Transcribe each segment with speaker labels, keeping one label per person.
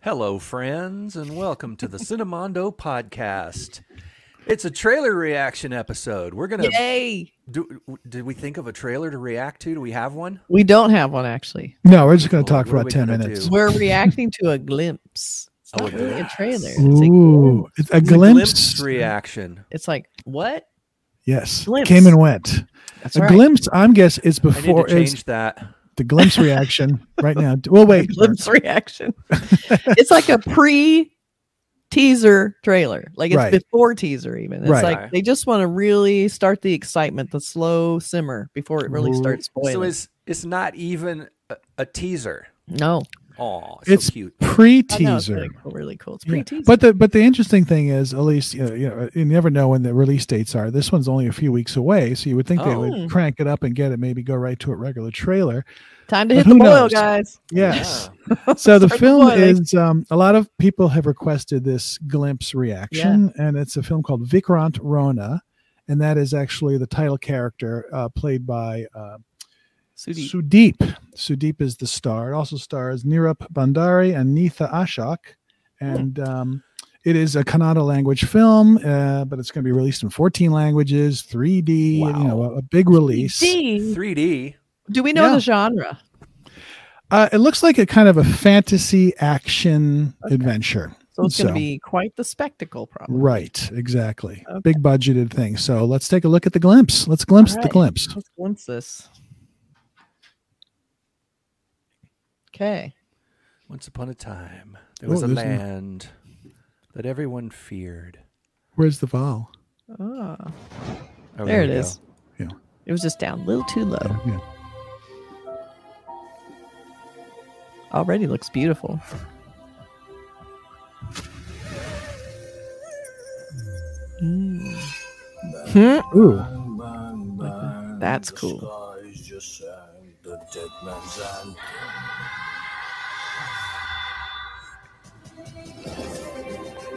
Speaker 1: Hello, friends, and welcome to the Cinemondo podcast. It's a trailer reaction episode. We're gonna
Speaker 2: Yay!
Speaker 1: do. Did we think of a trailer to react to? Do we have one?
Speaker 2: We don't have one actually.
Speaker 3: No, we're just going to
Speaker 1: Well,
Speaker 3: talk for
Speaker 1: what are
Speaker 3: about
Speaker 1: we
Speaker 3: 10
Speaker 1: gonna
Speaker 3: minutes.
Speaker 1: do?
Speaker 2: We're reacting to a glimpse. It's
Speaker 1: Oh,
Speaker 2: not
Speaker 1: a
Speaker 2: really a trailer. It's, like,
Speaker 3: Ooh, it's a
Speaker 1: It's
Speaker 3: glimpse.
Speaker 1: reaction.
Speaker 2: it's like what?
Speaker 3: yes,
Speaker 2: Glimpse.
Speaker 3: came and went.
Speaker 2: That's
Speaker 3: a
Speaker 2: right.
Speaker 3: glimpse, I'm guess, is
Speaker 1: I need to
Speaker 3: before is
Speaker 1: change that.
Speaker 3: the glimpse reaction right now. Well,
Speaker 2: A
Speaker 3: wait.
Speaker 2: glimpse reaction. it's like a pre teaser trailer. Like it's
Speaker 3: Right.
Speaker 2: before teaser even. It's
Speaker 3: Right.
Speaker 2: like they just want to really start the excitement, the slow simmer before it really
Speaker 3: Ooh.
Speaker 2: starts boiling.
Speaker 1: So it's it's not even a, a teaser.
Speaker 2: no.
Speaker 1: Oh, so
Speaker 3: It's
Speaker 1: cute.
Speaker 2: I know, it's
Speaker 3: Pre-teaser.
Speaker 2: really cool, really cool. It's
Speaker 3: Yeah.
Speaker 2: pre teaser.
Speaker 3: But the but the interesting thing is, at least you, know, you, know, you never know when the release dates are. This one's only a few weeks away, so you would think they
Speaker 2: Oh.
Speaker 3: would crank it up and get it, maybe go right to a regular trailer.
Speaker 2: time to
Speaker 3: but
Speaker 2: hit the
Speaker 3: who
Speaker 2: boil,
Speaker 3: knows?
Speaker 2: guys.
Speaker 3: Yes.
Speaker 1: Yeah.
Speaker 3: So the
Speaker 2: Start
Speaker 3: film
Speaker 2: boiling.
Speaker 3: is um, a lot of people have requested this glimpse reaction, and it's a film called Vikrant Rona, and that is actually the title character uh, played by uh,
Speaker 2: Sudi.
Speaker 3: Sudeep. Sudeep is the star. It also stars Nirup Bandari and Neetha Ashok. And um, it is a Kannada language film, uh, but it's going to be released in 14 languages, 3D, and, you know,
Speaker 1: Wow.
Speaker 3: a, a big release.
Speaker 2: D.
Speaker 1: 3D.
Speaker 2: Do we know
Speaker 3: Yeah.
Speaker 2: the genre?
Speaker 3: Uh, it looks like a kind of a fantasy action
Speaker 2: Okay.
Speaker 3: adventure.
Speaker 2: So it's
Speaker 3: So-
Speaker 2: going to be quite the spectacle, probably.
Speaker 3: Right, exactly.
Speaker 2: Okay.
Speaker 3: Big budgeted thing. So let's take a look at the glimpse. Let's glimpse the
Speaker 2: Alright.
Speaker 3: glimpse.
Speaker 2: Let's glimpse this. Okay.
Speaker 1: Once upon a time, there
Speaker 3: Oh,
Speaker 1: was a
Speaker 3: there's no-
Speaker 1: land that everyone feared.
Speaker 3: Where's the vowel?
Speaker 2: Oh,
Speaker 1: Oh,
Speaker 2: there it
Speaker 1: we go.
Speaker 2: is.
Speaker 3: Yeah.
Speaker 2: It was just down a little too low.
Speaker 3: Yeah.
Speaker 2: Already looks beautiful. Mm. Hmm.
Speaker 3: Ooh,
Speaker 2: That's cool.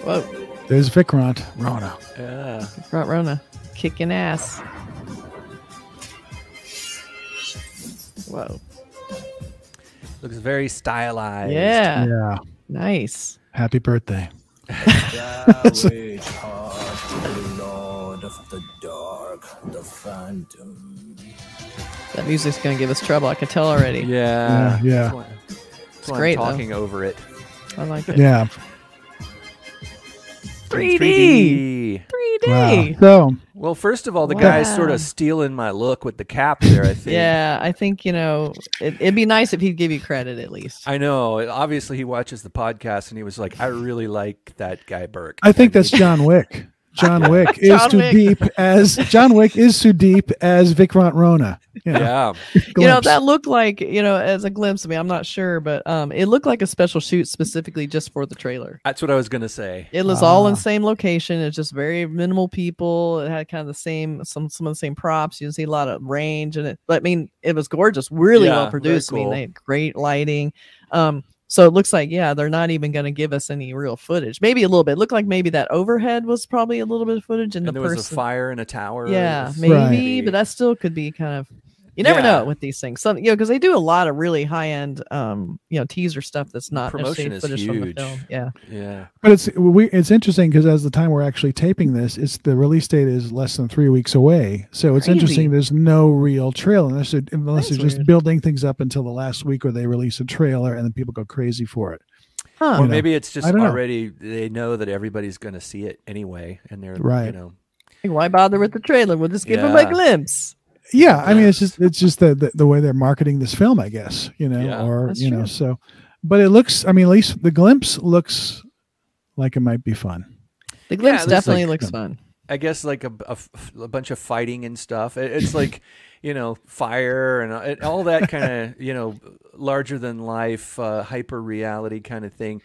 Speaker 2: Whoa.
Speaker 3: there's Vikrant Rona.
Speaker 1: Yeah.
Speaker 2: Front Rona. Kicking ass. Whoa.
Speaker 1: Looks very stylized.
Speaker 2: Yeah.
Speaker 3: Yeah.
Speaker 2: Nice.
Speaker 3: Happy birthday.
Speaker 4: Savage heart, the lord of the dark, the phantom.
Speaker 2: That music's going to give us trouble. I can tell already.
Speaker 1: Yeah.
Speaker 2: uh,
Speaker 3: Yeah, yeah.
Speaker 1: That's why- that's why I'm
Speaker 2: great, though.
Speaker 1: talking over it.
Speaker 2: I like it.
Speaker 3: Yeah.
Speaker 2: 3D.
Speaker 1: 3D.
Speaker 2: 3D.
Speaker 3: Wow. So
Speaker 1: Well, first of all, the guy's sort
Speaker 2: Wow.
Speaker 1: of stealing my look with the cap there, I think.
Speaker 2: Yeah, I think you know it, it'd be nice if he'd give you credit at least.
Speaker 1: I know. Obviously, he watches the podcast and he was like, I really like that guy, Burke.
Speaker 3: I think
Speaker 1: need
Speaker 3: that's John Wick. John Wick is
Speaker 2: John Wick.
Speaker 3: Sudeep as John Wick is Sudeep as Vikrant Rona. Yeah.
Speaker 1: Yeah.
Speaker 2: You know
Speaker 3: glimpse.
Speaker 2: that looked like you know as a glimpse of me. I'm not sure, but um, it looked like a special shoot specifically just for the trailer.
Speaker 1: That's what I was going to say.
Speaker 2: It was all in the
Speaker 3: Ah.
Speaker 2: same location. It's just very minimal people. It had kind of the same some some of the same props. You didn't see a lot of range, and it. but, I mean, it was gorgeous, really
Speaker 1: Yeah,
Speaker 2: well
Speaker 1: very
Speaker 2: produced. I mean,
Speaker 1: cool.
Speaker 2: they had great lighting. Um, so it looks like yeah, they're not even going to give us any real footage. Maybe a little bit. It looked like maybe that overhead was probably a little bit of footage, and,
Speaker 1: And,
Speaker 2: the
Speaker 1: there was a
Speaker 2: person.
Speaker 1: fire in a tower.
Speaker 2: Yeah,
Speaker 1: It was-
Speaker 2: maybe,
Speaker 3: Right.
Speaker 2: but that still could be kind of. You never
Speaker 1: Yeah.
Speaker 2: know with these things. Some, you know, because they do a lot of really high end, um, you know, teaser stuff that's not
Speaker 1: Promotion
Speaker 2: necessarily
Speaker 1: is
Speaker 2: footage from the
Speaker 1: huge.
Speaker 2: film. Yeah,
Speaker 1: Yeah.
Speaker 3: But it's we, it's interesting because as the time we're actually taping this, it's the release date is less than three weeks away. So it's
Speaker 2: Crazy.
Speaker 3: interesting. There's no real trailer unless they're,
Speaker 2: That's
Speaker 3: unless they're just
Speaker 2: weird.
Speaker 3: building things up until the last week where they release a trailer and then people go crazy for it.
Speaker 2: huh?
Speaker 3: You
Speaker 1: Or
Speaker 3: know,
Speaker 1: maybe it's just
Speaker 3: I don't know.
Speaker 1: already, they know that everybody's going to see it anyway. And they're, you
Speaker 3: Right.
Speaker 1: know,
Speaker 2: Like, Why bother with the trailer? We'll just give them a
Speaker 1: Yeah.
Speaker 2: glimpse.
Speaker 3: Yeah, I mean
Speaker 1: Yeah.
Speaker 3: it's just it's just the, the the way they're marketing this film, I guess. You know,
Speaker 1: Yeah.
Speaker 3: or
Speaker 2: That's
Speaker 3: you know,
Speaker 2: true.
Speaker 3: so. But it looks. I mean, at least the glimpse looks like it might be fun.
Speaker 2: The glimpse
Speaker 1: looks
Speaker 2: definitely
Speaker 3: like-
Speaker 2: looks fun.
Speaker 1: I guess like a, a f- a bunch of fighting and stuff. It- It's like, you know, fire and uh, it- all that kind of, you know, larger than life, uh, hyper reality kind of thing.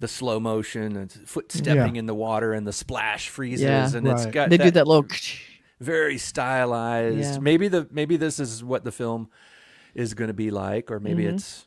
Speaker 1: The slow motion and foot stepping in the water and the splash freezes
Speaker 2: Yeah.
Speaker 1: and it's
Speaker 3: Right.
Speaker 1: got
Speaker 2: They
Speaker 1: that
Speaker 2: do that little.
Speaker 1: very stylized.
Speaker 2: Yeah.
Speaker 1: Maybe the maybe this is what the film is going to be like, or maybe
Speaker 2: Mhm.
Speaker 1: it's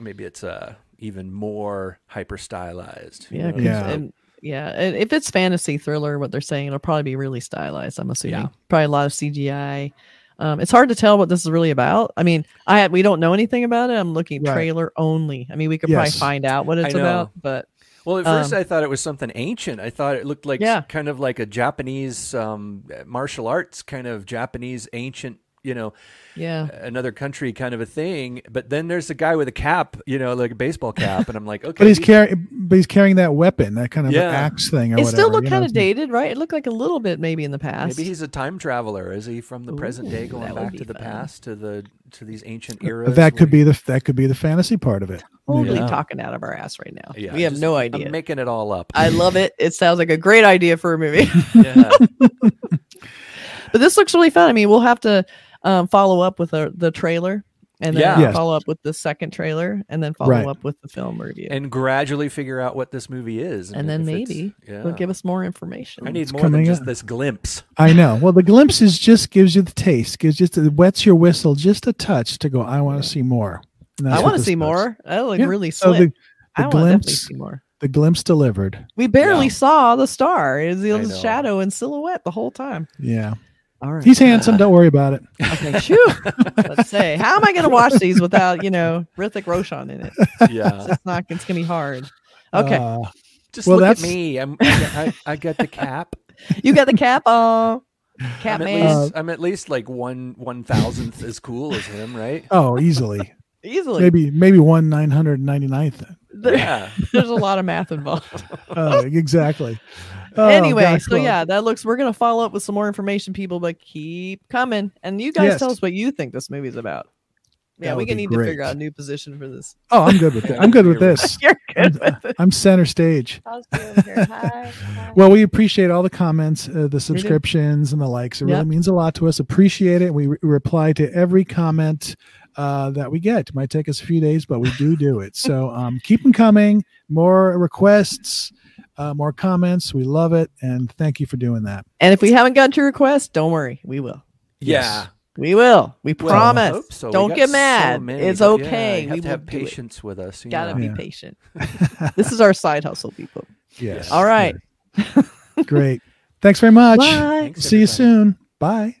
Speaker 1: maybe it's uh even more hyper stylized.
Speaker 2: Yeah, 'cause-
Speaker 3: Yeah.
Speaker 2: And, yeah. And if it's fantasy thriller, what they're saying, it'll probably be really stylized. I'm assuming
Speaker 1: Yeah.
Speaker 2: probably a lot of CGI. Um, it's hard to tell what this is really about. I mean, I we don't know anything about it. I'm looking
Speaker 3: Right.
Speaker 2: trailer only. I mean, we could
Speaker 3: Yes.
Speaker 2: probably find out what it's
Speaker 1: know.
Speaker 2: about, but
Speaker 1: Well, at first
Speaker 2: Um,
Speaker 1: I thought it was something ancient. I thought it looked like
Speaker 2: Yeah.
Speaker 1: kind of like a Japanese um, martial arts kind of Japanese ancient, you know,
Speaker 2: yeah,
Speaker 1: another country kind of a thing. But then there's a guy with a cap, you know, like a baseball cap, and I'm like, okay,
Speaker 3: But he's carrying, but he's carrying that weapon, that kind of
Speaker 1: Yeah.
Speaker 3: axe thing, or
Speaker 2: it
Speaker 3: whatever.
Speaker 2: still looked
Speaker 3: you know?
Speaker 2: kind of dated, right? It looked like a little bit maybe in the past.
Speaker 1: maybe he's a time traveler. Is he from the present day
Speaker 2: Ooh,
Speaker 1: going
Speaker 2: that would
Speaker 1: back
Speaker 2: be
Speaker 1: to the
Speaker 2: fun.
Speaker 1: past to the to these ancient
Speaker 3: But
Speaker 1: eras?
Speaker 3: Uh, that could
Speaker 1: where-
Speaker 3: be the that could be the fantasy part of it.
Speaker 2: totally
Speaker 1: Yeah.
Speaker 2: talking out of our ass right now.
Speaker 1: Yeah,
Speaker 2: we have
Speaker 1: just-
Speaker 2: no
Speaker 1: I'm
Speaker 2: idea.
Speaker 1: making it all up.
Speaker 2: I love it. It sounds like a great idea for a movie.
Speaker 1: yeah.
Speaker 2: but this looks really fun. I mean, we'll have to um, follow up with the, the trailer and then
Speaker 1: Yeah.
Speaker 3: Yes.
Speaker 2: follow up with the second trailer and then follow
Speaker 3: Right.
Speaker 2: up with the film review.
Speaker 1: and gradually figure out what this movie is,
Speaker 2: And then
Speaker 1: if it's-
Speaker 2: maybe
Speaker 1: yeah.
Speaker 2: It'll give us more information.
Speaker 1: uh, I need
Speaker 3: It's
Speaker 1: more than
Speaker 3: coming
Speaker 1: just
Speaker 3: up.
Speaker 1: this glimpse.
Speaker 3: I know. Well, the glimpses just gives you the taste, gives just it wets your whistle just a touch to go. I want to see more. And that's
Speaker 2: I
Speaker 3: what
Speaker 2: want to
Speaker 3: this
Speaker 2: see
Speaker 3: does.
Speaker 2: more. That looked
Speaker 3: Yeah.
Speaker 2: really
Speaker 3: So
Speaker 2: slick.
Speaker 3: the,
Speaker 2: I
Speaker 3: the
Speaker 2: want to definitely
Speaker 3: glimpse,
Speaker 2: see more.
Speaker 3: the glimpse delivered.
Speaker 2: We barely
Speaker 1: Yeah.
Speaker 2: saw the star. It was
Speaker 1: I
Speaker 2: the
Speaker 1: know.
Speaker 2: shadow and silhouette the whole time.
Speaker 3: Yeah,
Speaker 2: All right.
Speaker 3: he's handsome. Don't worry about it.
Speaker 2: I think, phew, let's say, how am I going to watch these without, you know, Rithik Roshan in it? It's
Speaker 1: Yeah.
Speaker 2: just not, it's going to be hard. Okay.
Speaker 3: Uh,
Speaker 1: Just
Speaker 3: Well,
Speaker 1: look at
Speaker 3: that's-
Speaker 1: me. I'm, I, got- I, I got the cap.
Speaker 2: You got the cap on. Cap
Speaker 1: I'm at,
Speaker 2: man.
Speaker 3: Uh,
Speaker 1: least, I'm at least like one one thousandth as cool as him, right?
Speaker 3: oh, easily.
Speaker 2: Easily.
Speaker 3: maybe maybe one nine hundred ninety ninth.
Speaker 2: There-
Speaker 1: Yeah.
Speaker 2: There's a lot of math involved.
Speaker 3: Uh, exactly. Oh,
Speaker 2: anyway,
Speaker 3: gosh,
Speaker 2: so
Speaker 3: well,
Speaker 2: yeah, that looks. We're gonna follow up with some more information, people. But keep coming, and you guys
Speaker 3: Yes.
Speaker 2: tell us what you think this movie's about. Yeah,
Speaker 3: That
Speaker 2: we
Speaker 3: would
Speaker 2: can
Speaker 3: be
Speaker 2: need to
Speaker 3: great.
Speaker 2: figure out a new position for this.
Speaker 3: Oh, I'm good with that. I'm good with this.
Speaker 2: You're good
Speaker 3: good
Speaker 2: with it.
Speaker 3: I'm center stage. Well, we appreciate all the comments, uh, the subscriptions, and the likes. It really
Speaker 2: Yep.
Speaker 3: means a lot to us. Appreciate it. We re- reply to every comment uh, that we get. Might take us a few days, but we do do it. So um, keep them coming. More requests, uh, more comments. We love it, and thank you for doing that.
Speaker 2: And if we haven't gotten to your request, don't worry, we will.
Speaker 1: Yeah.
Speaker 2: We will. we
Speaker 1: Well, I
Speaker 2: promise.
Speaker 1: hope so. We
Speaker 2: Don't
Speaker 1: got
Speaker 2: get
Speaker 1: so
Speaker 2: mad.
Speaker 1: many,
Speaker 2: it's
Speaker 1: but yeah,
Speaker 2: okay.
Speaker 1: you have to
Speaker 2: we will
Speaker 1: have
Speaker 2: do it.
Speaker 1: patience with us. You
Speaker 2: Gotta
Speaker 1: know.
Speaker 2: be
Speaker 3: Yeah.
Speaker 2: patient. this is our side hustle, people.
Speaker 3: Yes.
Speaker 2: All right.
Speaker 3: Great. Thanks very much.
Speaker 2: Bye.
Speaker 1: Thanks,
Speaker 3: See you
Speaker 1: everybody.
Speaker 3: soon. Bye.